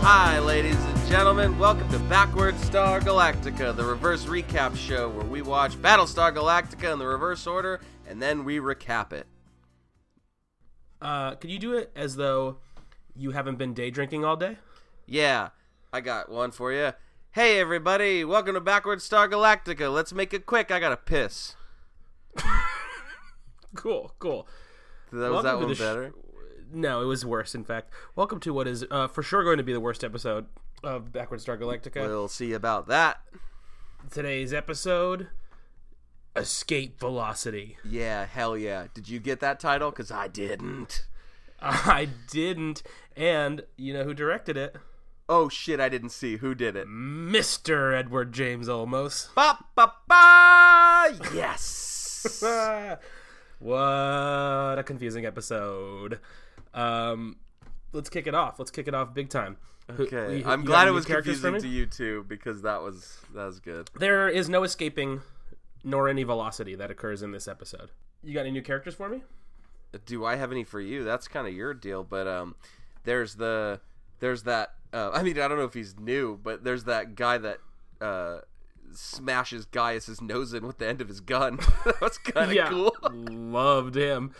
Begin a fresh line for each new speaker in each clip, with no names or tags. Hi, ladies and gentlemen. Welcome to Backward Star Galactica, the reverse recap show where we watch Battlestar Galactica in the reverse order and then we recap it.
Uh, could you do it as though you haven't been day drinking all day?
Yeah, I got one for you. Hey, everybody. Welcome to Backward Star Galactica. Let's make it quick. I got to piss.
Cool, cool.
Was
Welcome
that
to
one
the sh-
better?
No, it was worse, in fact. Welcome to what is uh, for sure going to be the worst episode of Backward Star Galactica.
We'll see about that.
Today's episode Escape Velocity.
Yeah, hell yeah. Did you get that title? Because I didn't.
I didn't, and you know who directed it?
Oh shit, I didn't see. Who did it?
Mr. Edward James Olmos.
Ba ba ba! Yes!
Ah, what a confusing episode. Um, let's kick it off. Let's kick it off big time. Who-
Okay,
you-
I'm
you
glad
have
it
any
was
characters for
confusing
me?
to you too because that was that was good.
There is no escaping, nor any velocity that occurs in this episode. You got any new characters for me?
Do I have any for you? That's kind of your deal, but um, there's the there's that. Uh, I mean, I don't know if he's new, but there's that guy that uh smashes Gaius's nose in with the end of his gun. that was kind of cool.
loved him.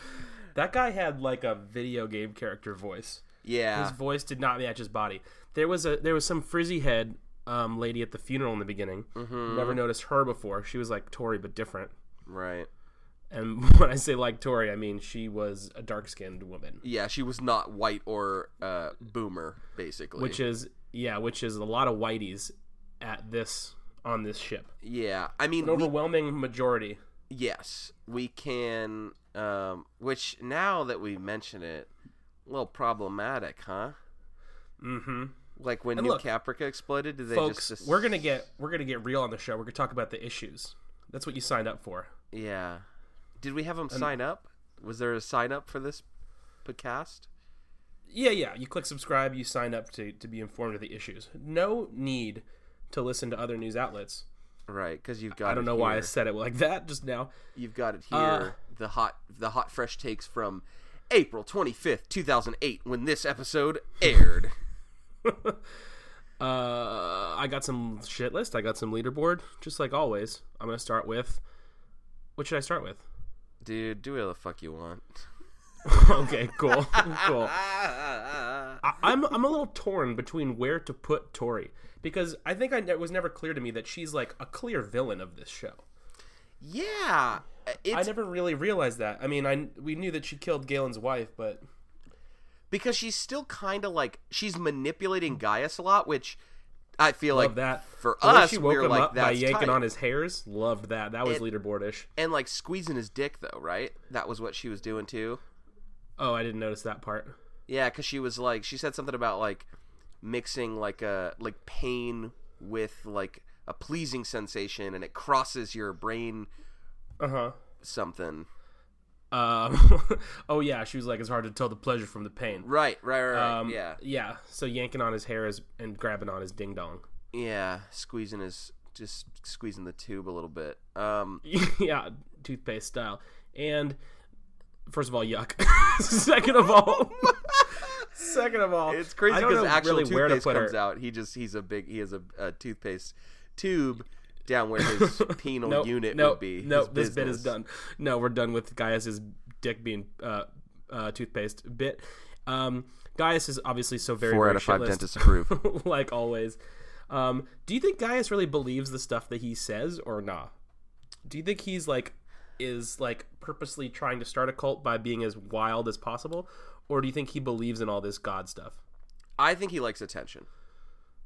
That guy had like a video game character voice.
Yeah,
His voice did not match his body. There was a there was some frizzy head um, lady at the funeral in the beginning.
mm-hmm, Mm.
Never noticed her before. She was like Tori but different.
right.
And when I say like Tori, I mean she was a dark skinned woman,
Yeah, she was not white or uh boomer, basically.
which is yeah, which is a lot of whiteys at this on this ship.
yeah, I mean,
An
we
overwhelming majority.
Yes, we can. Um, which now that we mention it, a little problematic, huh?
Mm-hmm.
Like when
And
New
look,
Caprica exploded, did they
folks
just?
we're gonna get we're gonna get real on the show we're gonna talk about the issues that's what you signed up for
Yeah. Did we have them sign up? Was there a sign up for this podcast?
yeah yeah you click subscribe you sign up to, to be informed of the issues no need to listen to other news outlets
Right, because you've got.
i don't
it
know why i
here.
said it like that just now
You've got it here.
Uh,
the hot, the hot fresh takes from April twenty fifth, two thousand eight, when this episode aired.
uh, i got some shit list i got some leaderboard just like always i'm gonna start with what should i start with
Dude, do whatever the fuck you want.
okay cool cool I- I'm I'm a little torn between where to put Tori because I think I it was never clear to me that she's like a clear villain of this show.
yeah, it's
I never really realized that. I mean, I we knew that she killed Galen's wife, but
because she's still kind of like she's manipulating Gaius a lot, which I feel like
of that
for
the way
us,
she
we
woke
were
him
like
up by
that's
yanking
tight.
on his hairs. Loved that. That was
It-
leaderboardish.
and like squeezing his dick though, right? That was what she was doing too.
Oh, I didn't notice that part.
Yeah, because she was like she said something about like mixing like a like pain with like a pleasing sensation, and it crosses your brain
Uh
something.
huh. Um. oh yeah, she was like, it's hard to tell the pleasure from the pain.
Right, right, right. right.
Um,
yeah,
Yeah. So yanking on his hairs and grabbing on his ding dong.
yeah. Squeezing his just squeezing the tube a little bit. Um,
yeah, toothpaste style. And first of all, yuck. second of all, second of all,
It's crazy
I don't
because
know
actual
really where to
toothpaste
put
comes
her.
out. He just he's a big he has a, a toothpaste tube down where his penal
Nope,
unit
nope,
would be.
nope,
his
this bit is
business.
done. No, we're done with Gaius's dick being uh, uh, toothpaste bit. Um, Gaius is obviously so very
Four
very
out of five
shitless,
dentists approve.
like always. Um, do you think Gaius really believes the stuff that he says or nah? Do you think he's like is like purposely trying to start a cult by being as wild as possible, or do you think he believes in all this god stuff?
I think he likes attention.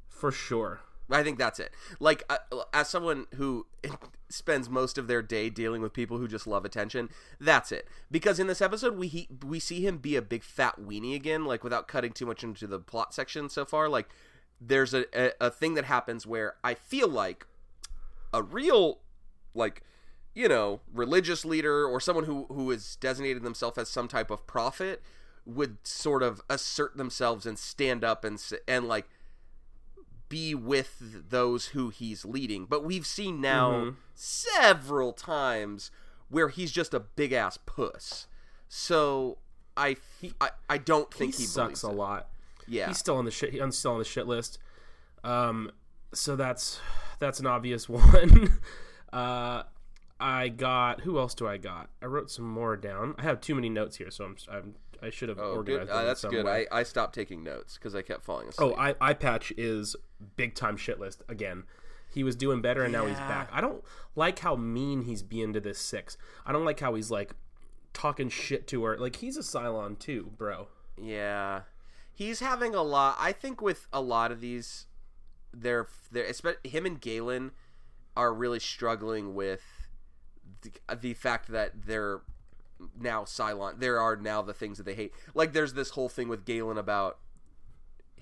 For sure.
I think that's it. Like uh, as someone who spends most of their day dealing with people who just love attention, that's it. Because in this episode we he, we see him be a big fat weenie again, like without cutting too much into the plot section so far, like there's a, a, a thing that happens where I feel like a real like you know religious leader or someone who who is designated themselves as some type of prophet would sort of assert themselves and stand up and s- and like be with those who he's leading but we've seen now
Mm-hmm.
several times where he's just a big ass puss so i f- I, I don't think
he
he,
sucks
believes
a
it.
lot.
Yeah.
He's still on the shit. He's still on the shit list. Um, so that's that's an obvious one. uh, I got who else do I got? I wrote some more down. I have too many notes here, so I'm, I'm I should have
Oh,
organized.
good. Uh,
them in
that's
some
good.
way.
I, I stopped taking notes because I kept falling asleep.
Oh, I, eye patch is big time shit list again. He was doing better and now he's
Yeah.
back. I don't like how mean he's being to this six. I don't like how he's like talking shit to her. Like he's a Cylon too, bro.
Yeah, he's having a lot. I think with a lot of these, they're they're espe- him and Galen are really struggling with the, the fact that they're now Cylon. There are now the things that they hate. Like there's this whole thing with Galen about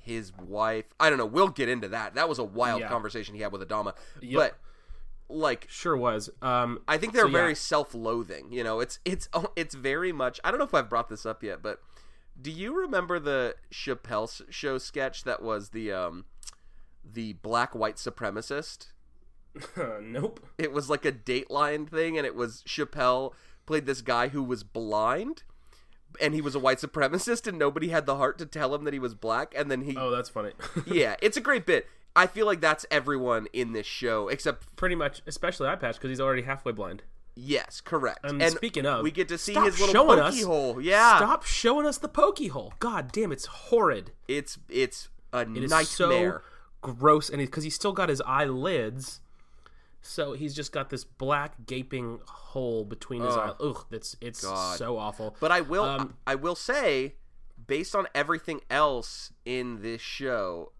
his wife. I don't know. We'll get into that. That was a wild
Yeah.
conversation he had with Adama.
Yep.
But like
Sure was. Um
I think they're
yeah.
very self-loathing. You know, it's it's oh, it's very much. I don't know if I've brought this up yet, but do you remember the Chappelle s- show sketch that was the um the black white supremacist?
nope.
It was like a Dateline thing, and it was Chappelle played this guy who was blind, and he was a white supremacist, and nobody had the heart to tell him that he was black, and then he
Oh, that's funny.
yeah, it's a great bit. I feel like that's everyone in this show, except
Pretty much, especially eye patch because he's already halfway blind.
yes, correct.
Um,
and
speaking of,
we get to see
stop
his little
showing
pokey
us-
hole. Yeah,
Stop showing us the pokey hole. God damn, it's horrid.
It's it's a
It is
nightmare.
so gross, and because he's still got his eyelids, so he's just got this black gaping hole between his eyes. Ugh, that's it's
God.
so awful.
But I will
Um,
I will say, based on everything else in this show,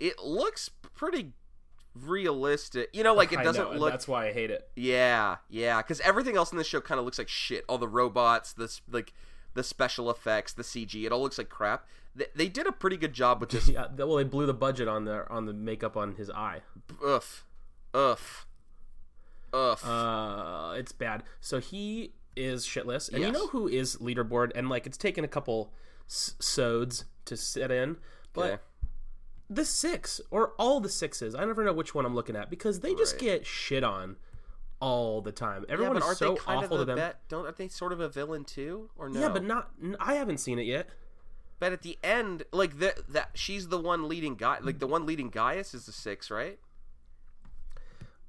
it looks pretty realistic. You know, like it
I
doesn't
know, and
look.
That's why I hate it.
Yeah, yeah, because everything else in this show kind of looks like shit. All the robots, this like the special effects, the CG, it all looks like crap. They, they did a pretty good job with this.
Yeah, th- well, they blew the budget on the on the makeup on his eye.
Oof, oof, oof.
Uh, it's bad. So he is shitless, and you
Yes.
know who is leaderboard, and like it's taken a couple s- sods to sit in, but.
Okay.
the six or all the sixes. I never know which one I'm looking at because they just
Right.
get shit on all the time.
yeah,
Everyone
but
is
aren't
so
they kind
awful
of the
to them.
bet? Don't aren't they sort of a villain too? Or no?
Yeah, but not. n- I haven't seen it yet.
But at the end, like the, that, she's the one leading guy. Like the one leading Gaius is the six, right?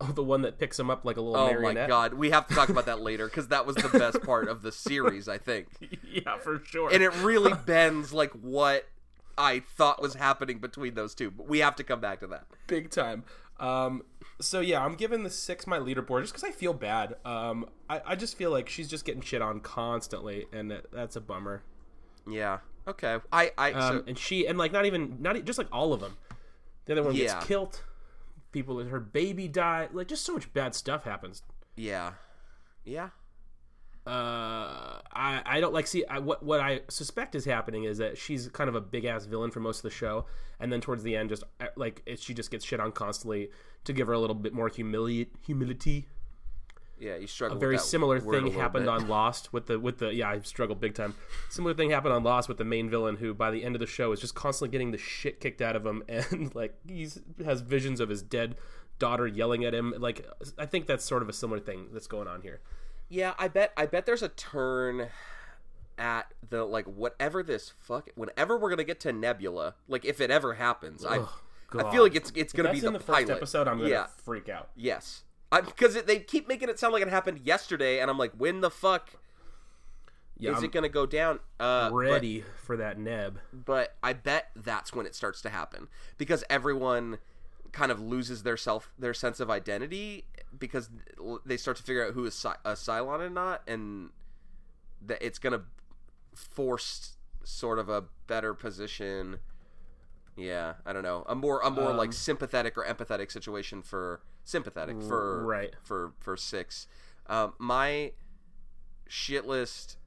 Oh, the one that picks him up like a little
Oh my
marionette.
god, we have to talk about that later because that was the best part of the series, I think.
yeah, for sure.
And it really bends like what I thought was happening between those two. But we have to come back to that.
big time. Um, so yeah, I'm giving the six my leaderboard just because I feel bad. Um, I, I just feel like she's just getting shit on constantly, and that, that's a bummer.
Yeah. Okay. I. I.
Um,
so,
and she and like not even not e- just like all of them. The other one
Yeah.
gets killed. People, her baby die. Like just so much bad stuff happens.
yeah. Yeah.
Uh, I I don't like see I, what what I suspect is happening is that she's kind of a big ass villain for most of the show, and then towards the end, just uh, like it, she just gets shit on constantly to give her a little bit more humili- humility.
Yeah. You struggle.
A very
with that
similar
word a
thing
little
happened
bit.
on Lost with the with the yeah I struggled big time. Similar thing happened on Lost with the main villain who by the end of the show is just constantly getting the shit kicked out of him and like he's has visions of his dead daughter yelling at him. Like I think that's sort of a similar thing that's going on here.
Yeah, I bet I bet there's a turn at the like whatever this fuck whenever we're gonna get to Nebula, like if it ever happens, I I
God.
feel like it's it's gonna
That's
be the,
in the first
pilot.
episode. I'm gonna
yeah,
freak out.
yes, because they keep making it sound like it happened yesterday, and I'm like, when the fuck
Yeah,
is
I'm
it gonna go down? Uh, but-
ready for that neb.
but I bet that's when it starts to happen because everyone kind of loses their self their sense of identity because they start to figure out who is Cy- a Cylon and not, and that it's gonna force sort of a better position. Yeah, I don't know. A more a more like sympathetic or empathetic situation for sympathetic for
right.
for for six. Um, my shit list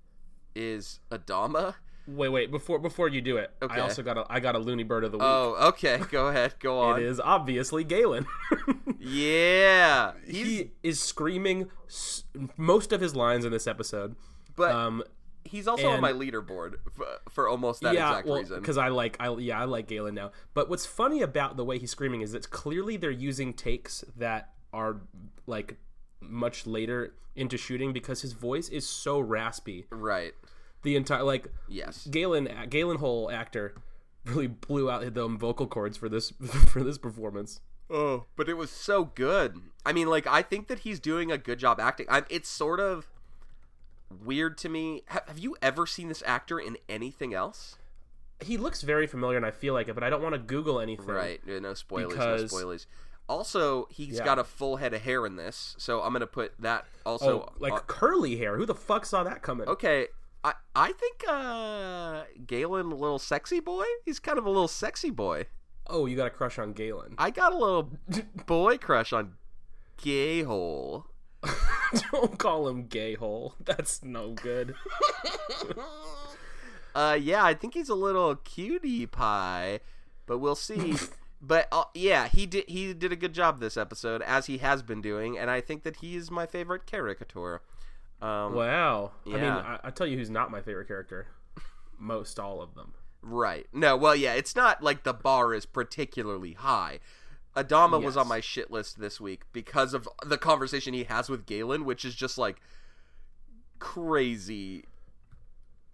is Adama.
Wait, wait. Before before you do it,
Okay.
I also got a I got a loony bird of the week.
Oh, okay. Go ahead. Go on.
it is obviously Galen.
Yeah, he's,
he is screaming s- most of his lines in this episode.
but
Um,
he's also on
and-
my leaderboard for, for almost that
yeah,
exact
well,
reason.
because I like I yeah I like Galen now. But what's funny about the way he's screaming is that clearly they're using takes that are like much later into shooting because his voice is so raspy.
Right.
The entire like
Yes.
Galen Galen Hole actor really blew out them vocal cords for this for this performance.
Oh, but it was so good. I mean, like I think that he's doing a good job acting. I, it's sort of weird to me. Have, have you ever seen this actor in anything else?
He looks very familiar, and I feel like it, but I don't want to Google anything.
Right. yeah, No spoilers.
Because-
No spoilers. Also, he's
Yeah.
got a full head of hair in this, so I'm gonna put that also.
oh, like
on-
curly hair. Who the fuck saw that coming?
okay, I I think uh Galen, a little sexy boy. He's kind of a little sexy boy.
Oh, you got a crush on Galen.
I got a little boy crush on Gay Hole.
don't call him gay hole. That's no good.
Uh, yeah, I think he's a little cutie pie, but we'll see. but uh, yeah, he did he did a good job this episode as he has been doing, and I think that he is my favorite caricature. Um,
Wow. I mean,
Yeah.
I, I tell you who's not my favorite character. Most all of them.
Right? No, well, yeah, it's not like the bar is particularly high. Adama was
Yes.
on my shit list this week because of the conversation he has with Galen, which is just like crazy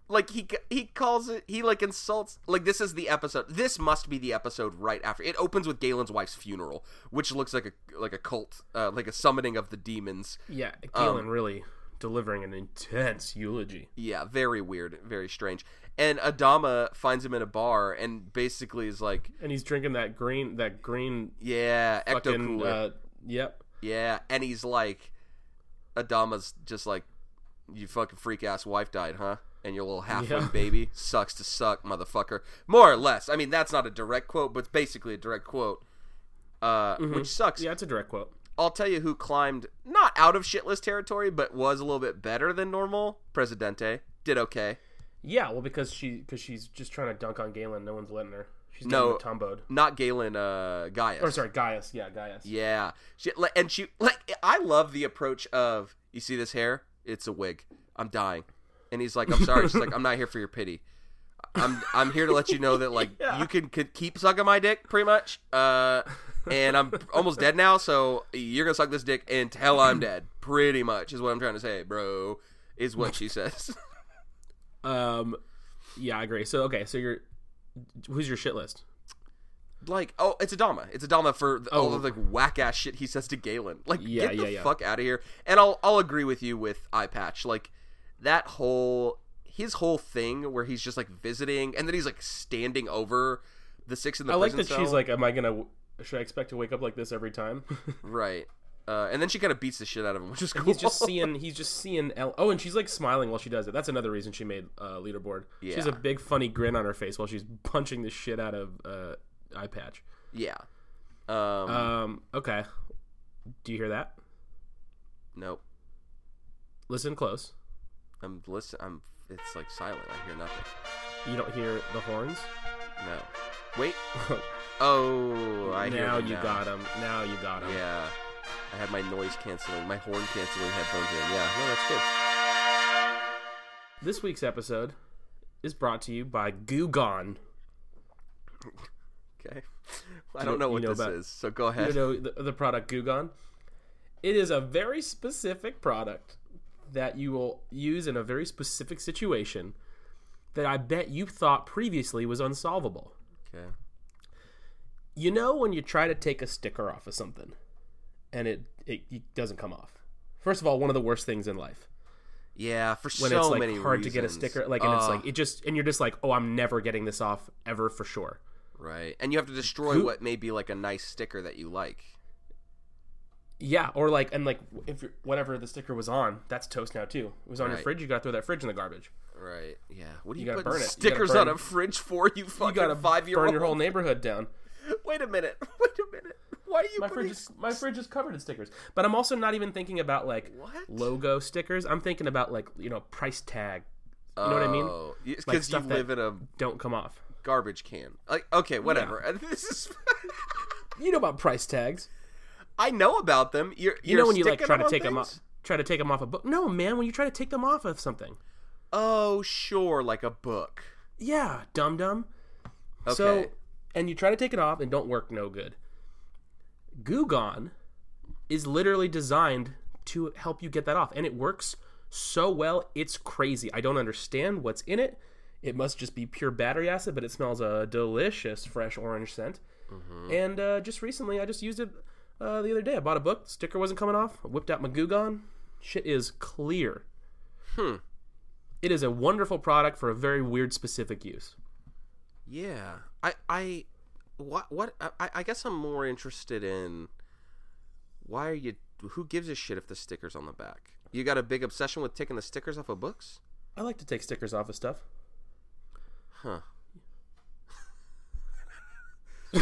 like he he calls it he like insults like this is the episode this must be the episode right after it opens with Galen's wife's funeral which looks like a like a cult uh, like a summoning of the demons
Yeah, Galen really delivering an intense eulogy.
yeah very weird very strange and Adama finds him in a bar and basically is like
And he's drinking that green that green
yeah ecto
fucking
cooler
uh, yep.
yeah and he's like Adama's just like you fucking freak ass wife died huh and your little halfling
Yeah.
baby sucks to suck motherfucker more or less I mean that's not a direct quote but it's basically a direct quote uh, which sucks.
Mm-hmm. Yeah, it's a direct quote.
I'll tell you who climbed not out of shitless territory, but was a little bit better than normal. Presidente did okay.
Yeah, well because she because she's just trying to dunk on Galen, no one's letting her. She's
No.
no tumboed.
Not Galen, uh, Gaius.
Or Oh, sorry, Gaius. Yeah, Gaius.
Yeah, she, like, and she like I love the approach of you see this hair, it's a wig. I'm dying, and he's like, I'm sorry. She's like, I'm not here for your pity. I'm I'm here to let you know that like
Yeah.
you can, could keep sucking my dick pretty much. Uh, and I'm almost dead now, so you're gonna suck this dick until I'm dead. Pretty much is what I'm trying to say, bro. Is what she says.
Um yeah, I agree. So okay, so you're who's your shit list?
Like, oh, it's Adama. It's Adama for the, all
Oh.
of the whack ass shit he says to Galen. Like,
Yeah,
get the
yeah, yeah.
fuck out of here. And I'll I'll agree with you with Eye Patch. Like that whole his whole thing where he's just like visiting and then he's like standing over the six in the
I like
prison
that she's
cell.
like, am I gonna? Should I expect to wake up like this every time?
right. Uh, and then she kind of beats the shit out of him, which is cool.
he's just seeing. He's just seeing. El- oh, and she's like smiling while she does it. That's another reason she made uh, leaderboard. She has a
Yeah.
big funny grin on her face while she's punching the shit out of uh, eye patch.
yeah. Um,
Um. Okay. Do you hear that?
nope.
Listen close.
I'm listen. I'm. It's like silent. I hear nothing.
You don't hear the horns.
No. Wait. Oh, I hear
now
them
you
now.
got him. Now you got him.
Yeah. I had my noise canceling, my horn canceling headphones in. Yeah, no, that's good.
This week's episode is brought to you by Googon.
Okay. I don't know
you
what
know
this
about-
is, so go
you
ahead.
know the, the product Gugon. It is a very specific product that you will use in a very specific situation that I bet you thought previously was unsolvable.
Okay.
You know when you try to take a sticker off of something and it it, it doesn't come off. First of all, one of the worst things in life
Yeah, for
when
so
it's like
many
hard to get a
reasons.
sticker like and it's
Uh,
like it just and you're just like, "Oh, I'm never getting this off ever for sure."
right, and you have to destroy
Who-
what may be like a nice sticker that you like.
Yeah, or like and like if you're, whatever the sticker was on, that's toast now too. It was on your
Right.
fridge, you got to throw that fridge in the garbage.
Right. Yeah. What do you,
gotta
put
burn it. You gotta
stickers on
burn-
a fridge for? You fucking
you gotta
five year
burn
old.
your whole neighborhood down.
Wait a minute. Wait a minute. Why are you
My
putting?
fridge is my fridge is covered in stickers. But I'm also not even thinking about like
What?
logo stickers. I'm thinking about like you know price tag. You know what I mean?
Oh, it's
Like
because
stuff
you
that-
live in a
Don't come off.
garbage can. Like, okay, whatever. This is.
You know about price tags.
I know about them. You're,
You know when you like try to take
them
them off. Try to take them off a book. No, man. When you try to take them off of something.
Oh, sure, like a book.
Yeah, dum dum. So,
Okay.
and you try to take it off and don't work no good. Gugon is literally designed to help you get that off, and it works so well. It's crazy. I don't understand what's in it. It must just be pure battery acid, but it smells a delicious fresh orange scent.
Mm-hmm.
And uh, just recently, I just used it uh, the other day. I bought a book. Sticker wasn't coming off. I whipped out my Goo Gone. Shit is clear.
Hmm.
It is a wonderful product for a very weird specific use.
Yeah, I, I, what, what? I, I guess I'm more interested in why are you? Who gives a shit if the stickers on the back? You got a big obsession with taking the stickers off of books?
I like to take stickers off of stuff.
Huh.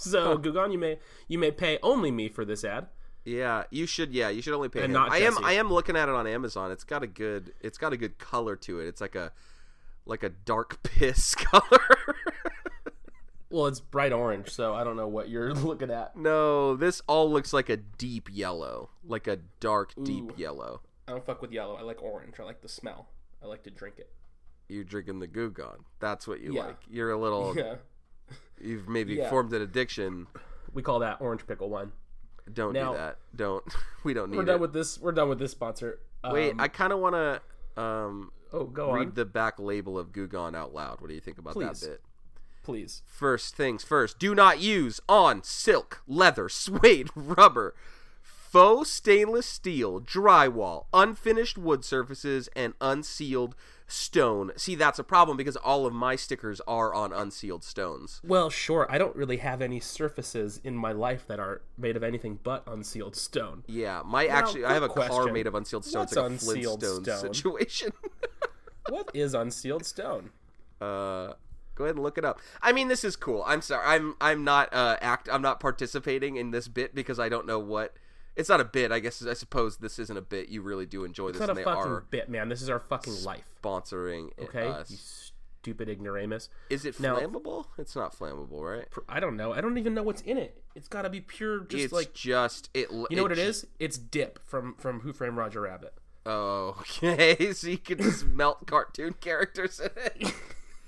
So Goo Gone, you may you may pay only me for this ad.
Yeah, you should. Yeah, you should only pay.
And
him.
not
I am.
Jesse.
I am looking at it on Amazon. It's got a good. It's got a good color to it. It's like a, like a dark piss color.
Well, it's bright orange, so I don't know what you're looking at.
no, this all looks like a deep yellow, like a dark deep
Ooh.
yellow.
I don't fuck with yellow. I like orange. I like the smell. I like to drink it.
You're drinking the goo gone. That's what you
Yeah.
like. You're a little.
Yeah.
You've maybe
Yeah.
formed an addiction.
We call that orange pickle wine.
Don't
Now-
do that. Don't. We don't need
We're
it.
done with this. We're done with this sponsor. Um,
Wait, I kind of want to um,
oh, go on,
read the back label of Goo Gone out loud. What do you think about
Please.
that bit?
please.
First things first, do not use on silk, leather, suede, rubber, faux stainless steel, drywall, unfinished wood surfaces, and unsealed stone. See, that's a problem because all of my stickers are on unsealed stones.
Well, sure. I don't really have any surfaces in my life that are made of anything but unsealed stone.
Yeah, my actually, I
good
have a car
question.
made of unsealed stone. It's
What's
like a
unsealed
Flintstone
stone?
situation.
What is unsealed stone?
uh, go ahead and look it up. I mean, this is cool. I'm sorry. I'm I'm not uh, act. I'm not participating in this bit because I don't know what. It's not a bit. I guess I suppose this isn't a bit. You really do enjoy this,
It's not
and
a
they
fucking
are
bit, man. This is our fucking life.
sponsoring it-
Okay, you
us.
stupid ignoramus.
Is it
Now-
flammable? It's not flammable, right?
Pr- I don't know. I don't even know what's in it. It's got to be pure, just
it's
like
just it.
you know what it is. It's dip from from Who Framed Roger Rabbit.
Oh, okay. So you could just melt cartoon characters in it.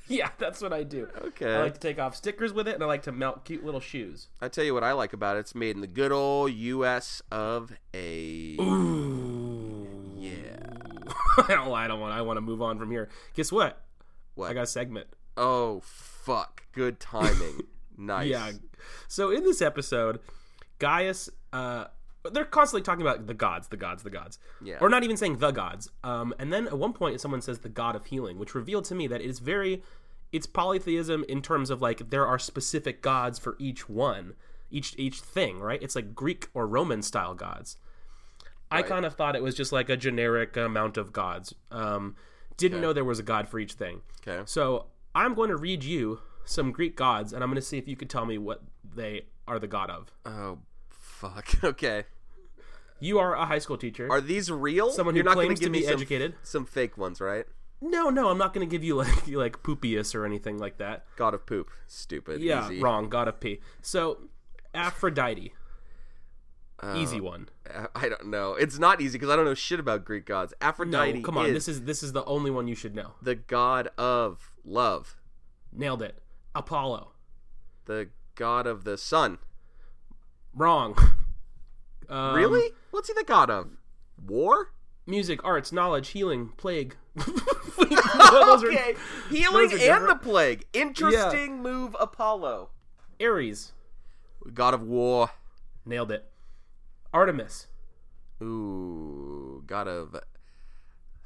Yeah, that's what I do.
Okay.
I like to take off stickers with it, and I like to melt cute little shoes.
I tell you what I like about it. It's made in the good old U.S. of A.
Ooh.
Yeah.
I don't. I don't want. I want to move on from here. Guess what?
What?
I got a segment.
Oh fuck! Good timing. nice.
Yeah. So in this episode, Gaius, uh, they're constantly talking about the gods, the gods, the gods.
Yeah.
Or not even saying the gods. Um, and then at one point, someone says the god of healing, which revealed to me that it's very, it's polytheism in terms of like there are specific gods for each one, each each thing, right? It's like Greek or Roman style gods. I kind of thought it was just like a generic amount of gods. Um, didn't know there was a god for each thing.
Okay.
So I'm going to read you some Greek gods, and I'm going to see if you could tell me what they are the god of.
Oh fuck. Okay.
You are a high school teacher.
Are these real?
Someone who
You're not gonna
claims to
give me
be
some-
educated.
Some fake ones, right?
no, no, I'm not going to give you like like Pupius or anything like that.
God of poop. Stupid.
Yeah,
Easy.
wrong. God of P. So Aphrodite,
Uh,
easy one.
I- I don't know. It's not easy because I don't know shit about Greek gods. Aphrodite
No, come on.
is,
This is this is the only one you should know.
the god of love,
Nailed it. Apollo,
the god of the sun.
wrong. Um,
really? What's he the god of? War?
Music, arts, knowledge, healing, plague. Those are-
okay. Healing
those
and
are
the
different.
plague. Interesting move, Apollo.
Ares,
God of war.
nailed it. Artemis,
Ooh, god of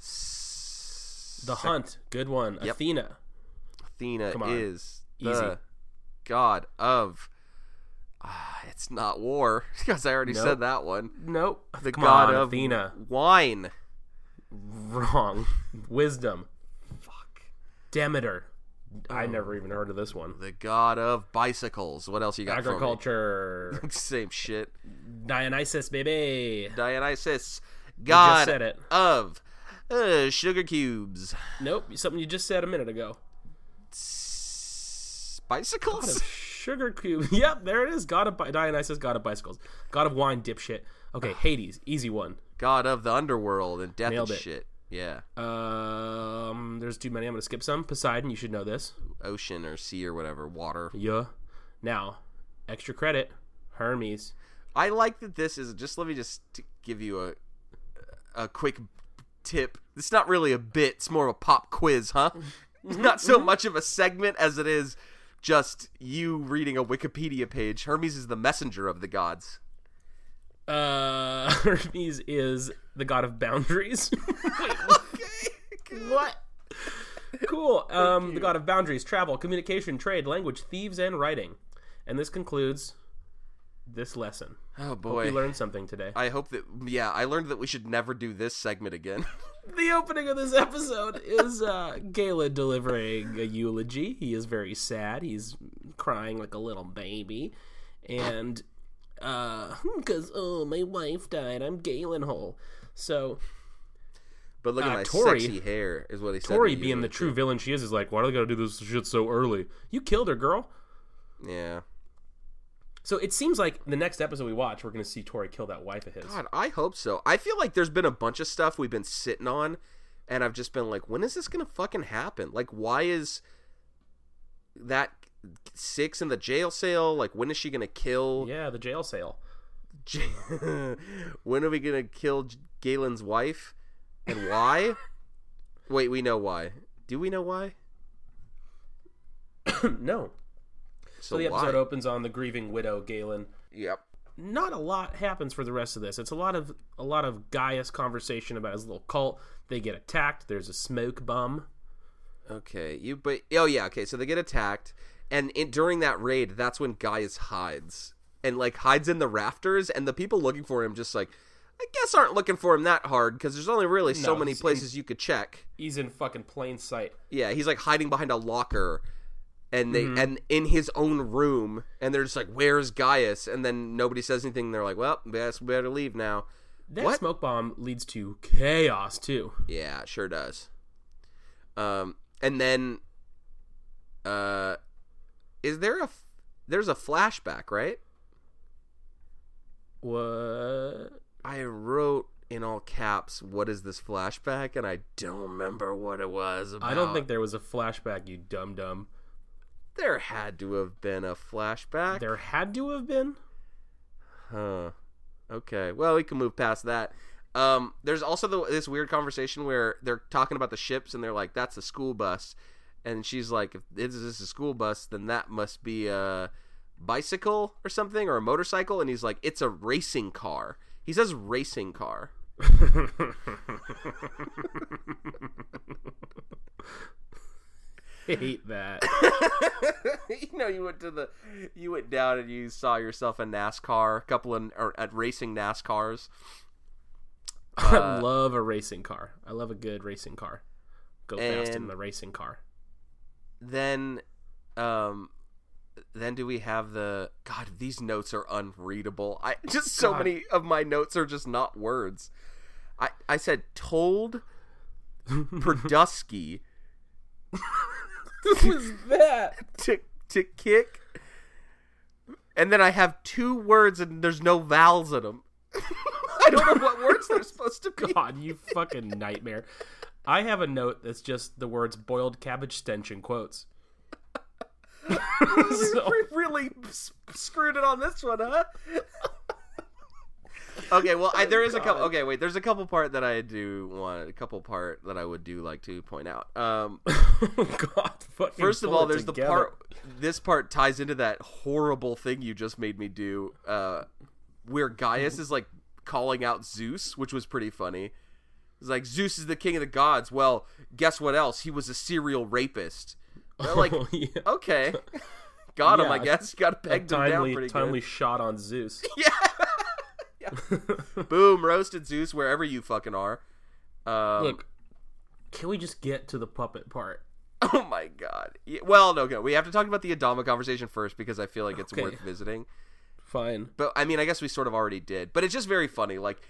s-
The Hunt, good one.
Yep.
Athena,
Athena
Come on.
is the
Easy.
god of. Ah, it's not war because I already said
Nope.
that one.
nope.
The
Come
god
on,
of
Athena,
wine.
wrong. Wisdom,
Fuck.
Demeter.
Oh.
I never even heard of this one.
The god of bicycles. What else you got? for me?
Agriculture,
Same shit.
Dionysus, baby.
Dionysus, god
said it.
of uh, sugar cubes.
Nope, something you just said a minute ago.
S- bicycles.
God of sugar cube. Yep, there it is. God of bi- Dionysus, God of bicycles, God of wine, dipshit. Okay,
Ah.
Hades, easy one.
god of the underworld and death
Nailed
and
it.
shit. Yeah,
Um, there's too many. I'm gonna skip some. Poseidon, you should know this.
ocean or sea or whatever, water.
Yeah. Now, extra credit. Hermes.
I like that this is just. Let me just t- give you a a quick tip. It's not really a bit. It's more of a pop quiz, huh? not so
Mm-hmm.
much of a segment as it is just you reading a Wikipedia page. Hermes is the messenger of the gods.
Uh, Hermes is the god of boundaries.
okay.
what? Cool. Um, the god of boundaries, travel, communication, trade, language, thieves, and writing. And this concludes this lesson.
Oh
We
boy.
learned something today.
I hope that yeah, I learned that we should never do this segment again.
The opening of this episode is uh, Galen delivering a eulogy. He is very sad. He's crying like a little baby, and because oh my wife died, I'm Galen Hole. So
But look
Uh,
at my
Tori-
sexy hair is what he said.
Tori,
to you.
being the true villain she is, is like, why do they gotta do this shit so early? You killed her, girl.
Yeah.
So it seems like the next episode we watch, we're gonna see Tori kill that wife of his.
God, I hope so. I feel like there's been a bunch of stuff we've been sitting on, and I've just been like, when is this gonna fucking happen? Like, why is that six in the jail cell? Like, when is she gonna kill?
Yeah, the jail sale.
J- when are we gonna kill J- Galen's wife, and why? Wait, we know why. Do we know why?
no.
So
So the episode
why?
opens on the grieving widow Galen
Yep.
not a lot happens for the rest of this. It's a lot of a lot of Gaius conversation about his little cult. They get attacked. There's a smoke bomb.
Okay, you but oh yeah, okay. So they get attacked, and in, during that raid, that's when Gaius hides and like hides in the rafters, and the people looking for him just like, I guess aren't looking for him that hard because there's only really so
No,
many
it's-
places you could check.
He's in fucking plain sight.
Yeah, he's like hiding behind a locker, and
Mm-hmm.
they and in his own room, and they're just like, "Where's Gaius?" And then nobody says anything. And they're like, "Well, guess we better leave now."
That
What?
smoke bomb leads to chaos too.
Yeah, it sure does. Um, and then, uh, is there a f- there's a flashback, right?
What?
I wrote in all caps, "What is this flashback?" and I don't remember what it was. About.
I don't think there was a flashback. You dum dum.
there had to have been a flashback.
There had to have been.
Huh. Okay. Well, we can move past that. Um, there's also the, this weird conversation where they're talking about the ships, and they're like, "That's a school bus," and she's like, "If this is a school bus, then that must be a bicycle or something, or a motorcycle." And he's like, "It's a racing car." He says, "Racing car."
Hate that.
you know, you went to the, you went down and you saw yourself a NASCAR, a couple of or, at racing NASCARs. Uh,
I love a racing car. I love a good racing car. Go fast in
and-
the racing car.
then um then do we have the god these notes are unreadable i just so
God.
many of my notes are just not words i i said told perdusky
What was that?
to to kick and then i have two words and there's no vowels in them i don't know what words they're supposed to be
God, you fucking nightmare. I have a note that's just the words boiled cabbage stench in quotes. So-
we really s- screwed it on this one, huh? okay, well,
Oh,
I, there is a couple. Okay, wait, there's a couple part that I do want, a couple part that I would do like to point out. Um,
oh God. fucking
first of
pull
all,
it
there's the
together.
part. This part ties into that horrible thing you just made me do, uh, where Gaius is like calling out Zeus, which was pretty funny. It's like Zeus is the king of the gods. Well, guess what else? He was a serial rapist. Well, like,
Oh, yeah.
okay. Got him, I
Yeah,
guess. Got to peg him down
timely,
pretty
timely shot on Zeus.
good. Boom, roasted Zeus wherever you fucking are. Um,
Look, can we just get to the puppet part?
oh my god. Yeah, Well, no, no, we have to talk about the Adama conversation first because I feel like it's
Okay.
worth visiting.
Fine.
But I mean, I guess we sort of already did. But it's just very funny. Like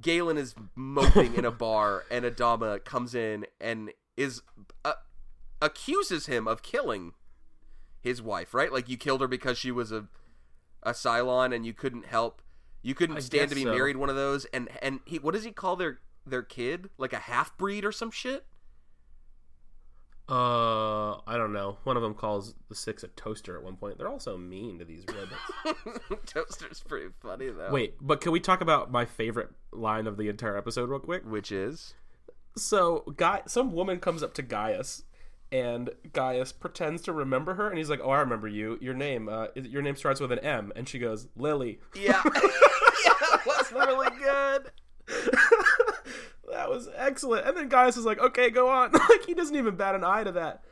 Galen is moping in a bar, and Adama comes in and is uh, accuses him of killing his wife. Right? Like you killed her because she was a a Cylon, and you couldn't help. You couldn't
I
stand to
guess
be
so.
married one of those. And and he what does he call their their kid? Like a half breed or some shit.
Uh, I don't know. One of them calls the six a toaster at one point. They're all so mean to these rebels.
Toaster's pretty funny though.
Wait, but can we talk about my favorite line of the entire episode real quick?
which is
So, guy, some woman comes up to Gaius and Gaius pretends to remember her, and he's like, "Oh, I remember you. Your name, uh, is- your name starts with an M," and she goes, "Lily."
Yeah. yeah, that was really good.
that was excellent. And then Gaius is like, "Okay, go on." like he doesn't even bat an eye to that.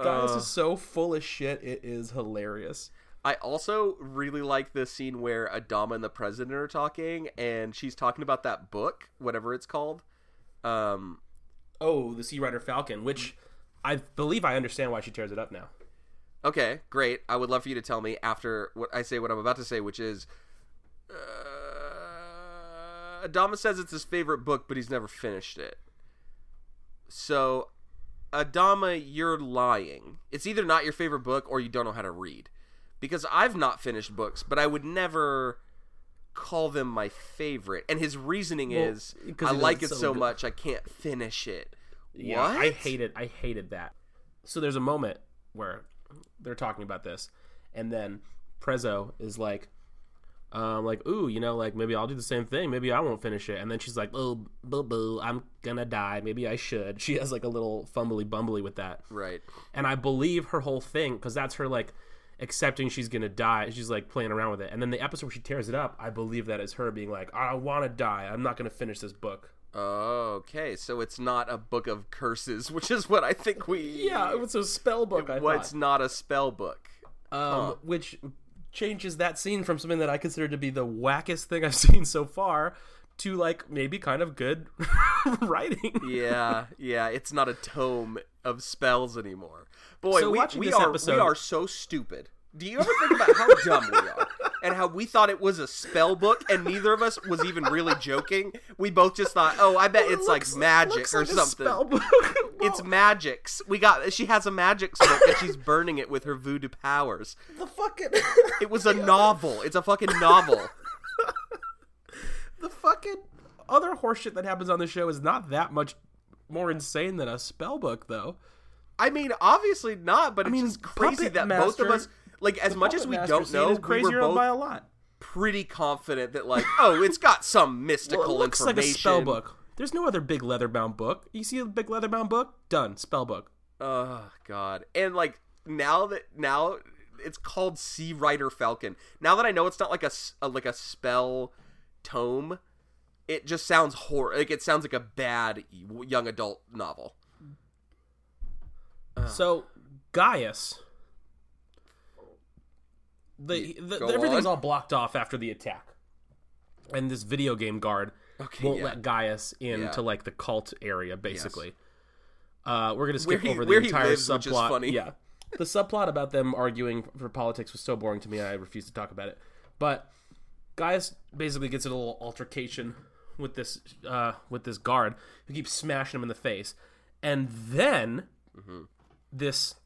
Gaius is so full of shit. It is hilarious.
I also really like the scene where Adama and the president are talking, and she's talking about that book, whatever it's called. Um,
Oh, the Sea Rider Falcon, which I believe I understand why she tears it up now.
okay, great. I would love for you to tell me after what I say what I'm about to say, which is uh, Adama says it's his favorite book, but he's never finished it. So, Adama, you're lying. It's either not your favorite book or you don't know how to read. Because I've not finished books, but I would never call them my favorite. And his reasoning
Well,
is
'cause
I
it
like it
is
so,
so good."
much I can't finish it.
Yeah,
what?
I hated I hated that. So there's a moment where they're talking about this, and then Prezzo is like, um, like, ooh, you know, like maybe I'll do the same thing. Maybe I won't finish it. And then she's like, oh, boo boo, I'm gonna die. Maybe I should. She has like a little fumbly bumbly with that.
Right.
And I believe her whole thing because that's her like accepting she's gonna die. She's like playing around with it. And then the episode where she tears it up, I believe that is her being like, I want to die. I'm not gonna finish this book.
Okay, so it's not a book of curses, which is what I think we.
Yeah, it was a spell book. I
well,
thought.
it's not a spell book.
um, which changes that scene from something that I consider to be the wackest thing I've seen so far to like maybe kind of good writing.
Yeah, yeah, it's not a tome of spells anymore. Boy,
So
we,
watching
we
this
are
episode-
we are so stupid. Do you ever think about how dumb we are and how we thought it was a spell book and neither of us was even really joking? We both just thought, "Oh, I bet it's
Looks-
like magic
looks
or
like a
something."
spell book.
It's
Well,
magics. We got she has a magics book and she's burning it with her voodoo powers.
the fucking
It was a novel. It's a fucking novel.
the fucking other horseshit that happens on the show is not that much more insane than a spell book though.
I mean, obviously not, but it's
mean,
just crazy
Puppet
that both
Master-
of us, like, as much as
Puppet
we
Master
don't
scene
know,
is
we were
crazier
both
by a lot.
pretty confident that, like, oh, it's got some mystical
Well, it looks like
information.
a spell book. There's no other big leather-bound book. You see a big leather-bound book? Done. Spell book.
Oh God! And like now that now it's called Sea Rider Falcon. Now that I know it's not like a, s- a- like a spell tome, it just sounds horror. Like it sounds like a bad young adult novel. Uh-huh.
So Gaius, the, the,
go
everything's
on.
all blocked off after the attack, and this video game guard
Okay,
won't
yeah.
let Gaius into
Yeah.
like the cult area. Basically, uh, we're gonna
Where
skip
he-
over the
where he
entire
lives,
subplot.
which is funny.
Yeah, the subplot about them arguing for politics was so boring to me. I refuse to talk about it. But Gaius basically gets in a little altercation with this uh, with this guard who keeps smashing him in the face, and then
Mm-hmm.
this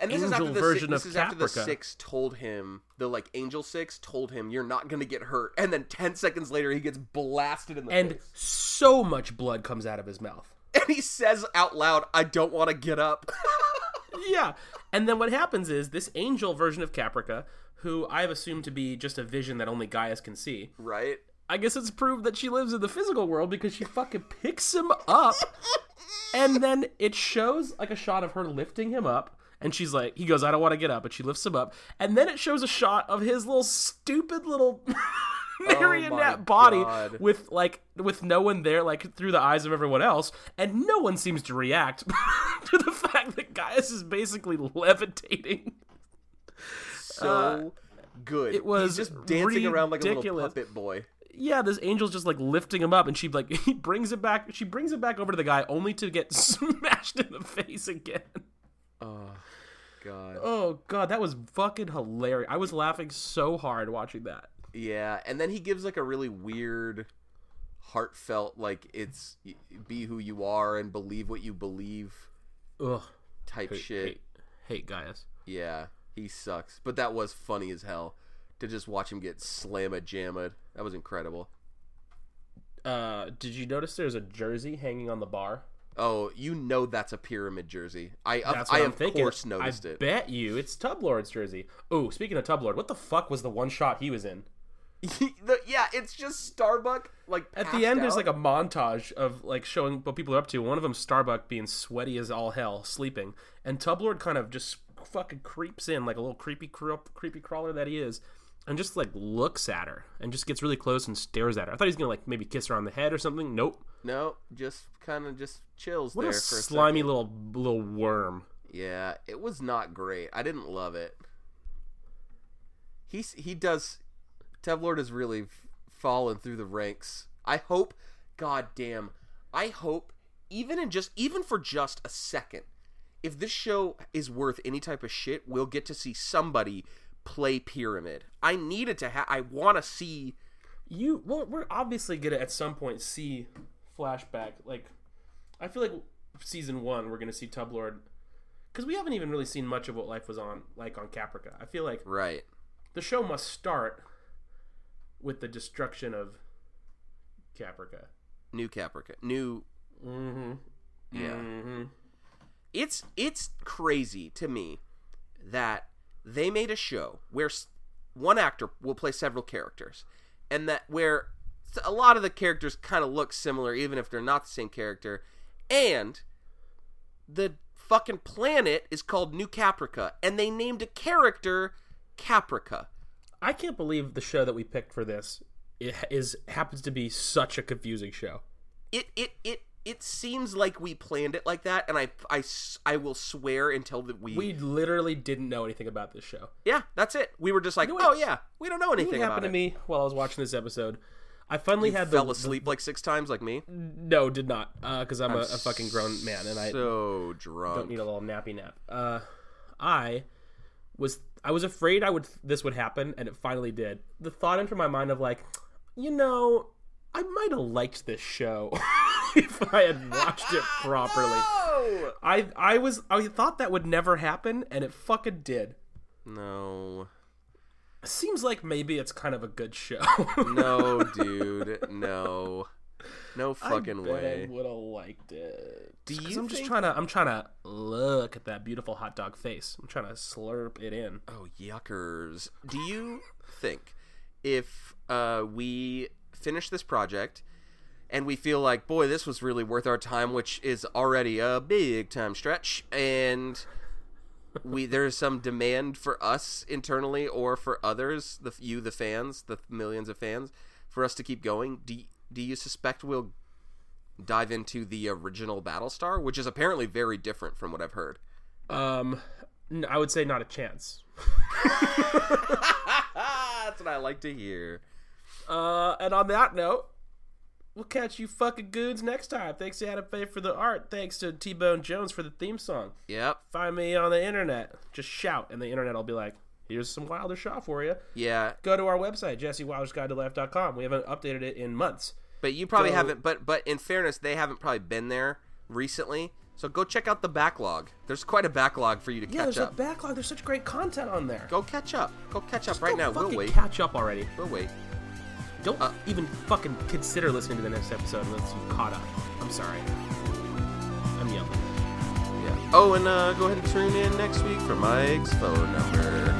And this
angel
is after the
version
six,
of
this is after the
Caprica.
six told him the like angel six told him you're not gonna get hurt, and then ten seconds later he gets blasted in the
and
face,
so much blood comes out of his mouth.
and he says out loud, "I don't want to get up."
Yeah, and then what happens is this angel version of Caprica, who I've assumed to be just a vision that only Gaius can see.
right?
I guess it's proved that she lives in the physical world because she fucking picks him up, and then it shows like a shot of her lifting him up. And she's like, he goes, I don't want to get up, but she lifts him up, and then it shows a shot of his little stupid little marionette body
God.
with like with no one there, like through the eyes of everyone else, and no one seems to react to the fact that Gaius is basically levitating.
So good. It
Uh, was
He's just dancing around like a little
ridiculous.
puppet boy.
yeah, this angel's just like lifting him up, and she like he brings it back. She brings it back over to the guy, only to get smashed in the face again.
Oh God.
Oh god, that was fucking hilarious. I was laughing so hard watching that.
Yeah, and then he gives like a really weird, heartfelt like it's be who you are and believe what you believe
Ugh,
type shit.
hate, hate Gaius.
Yeah, he sucks. But that was funny as hell to just watch him get slamma jammed. That was incredible.
Uh, did you notice there's a jersey hanging on the bar?
Oh, you know that's a pyramid jersey. I of,
That's
I
what am
of
thinking.
course noticed
I
it.
bet you it's Tublord's jersey. Oh, speaking of Tublord, what the fuck was the one shot he was in?
The- yeah, it's just Starbuck like
At
passed
the end, there's
out.
like a montage of like showing what people are up to. One of them, Starbuck, being sweaty as all hell, sleeping, and Tublord kind of just fucking creeps in like a little creepy, crawp- creepy crawler that he is, and just like looks at her and just gets really close and stares at her. I thought he was gonna like maybe kiss her on the head or something. Nope.
no, just kind of just chills
What
there
a
for a second.
slimy little little worm.
Yeah, it was not great. I didn't love it. He's he does. Tevlord has really f- fallen through the ranks. I hope, God damn, I hope even in just even for just a second, if this show is worth any type of shit, we'll get to see somebody play Pyramid. I needed to have. I want to see.
You well, we're obviously gonna at some point see flashback. Like, I feel like season one, we're gonna see Tublord because we haven't even really seen much of what life was on like on Caprica. I feel like
Right.
the show must start with the destruction of Caprica.
New Caprica. New
Mm-hmm.
yeah.
Mm-hmm.
it's it's crazy to me that they made a show where s- one actor will play several characters and that where s- a lot of the characters kind of look similar even if they're not the same character and the fucking planet is called New Caprica and they named a character Caprica
I can't believe the show that we picked for this i- is happens to be such a confusing show.
it it it it seems like we planned it like that and I I, s- I will swear until that we,
We literally didn't know anything about this show.
yeah that's it we were just like
You know
oh
what-
yeah we don't know
What
anything about
happened
it
to me while I was watching this episode? I finally had the
fell asleep like six times like me.
No, did not. Because I'm, a, a fucking grown man and I
so drunk.
don't need a little nappy nap. Uh, I was I was afraid I would this would happen, and it finally did. The thought entered my mind of like, you know, I might have liked this show if I had watched it properly.
no!
I I was I thought that would never happen, and it fucking did.
No.
Seems like maybe it's kind of a good show.
No, dude. No. No fucking
bet I
way.
would have liked it.
Do
'Cause
you
I'm just
think-
trying to. I'm trying to look at that beautiful hot dog face. I'm trying to slurp it in.
Oh, yuckers. Do you think if uh, we finish this project and we feel like, boy, this was really worth our time, which is already a big time stretch, and we there's some demand for us internally or for others, the you, the fans, the millions of fans, for us to keep going, do, do you suspect we'll dive into the original Battlestar, which is apparently very different from what I've heard?
Um, n- I would say not a chance.
That's what I like to hear.
Uh, and on that note, we'll catch you fucking goons next time. Thanks to Adam Faye for the art. Thanks to T Bone Jones for the theme song.
Yep.
Find me on the internet. Just shout, and the internet will be like, "Here's some Wilder shot for you."
Yeah,
Go to our website, jessewildersguidelife.com. We haven't updated it in months.
But you probably
So-
haven't. But but in fairness, they haven't probably been there recently. So go check out the backlog. There's quite a backlog for you to
Yeah,
catch
there's
up.
a backlog. There's such great content on there.
go catch up. Go catch up right
Don't
now. We'll
fucking
wait. Uh,
Catch up already.
we'll wait.
Don't even fucking consider listening to the next episode unless you've caught up. I'm sorry. I'm yelling.
Yeah. Oh, and uh, go ahead and tune in next week for Mike's phone number.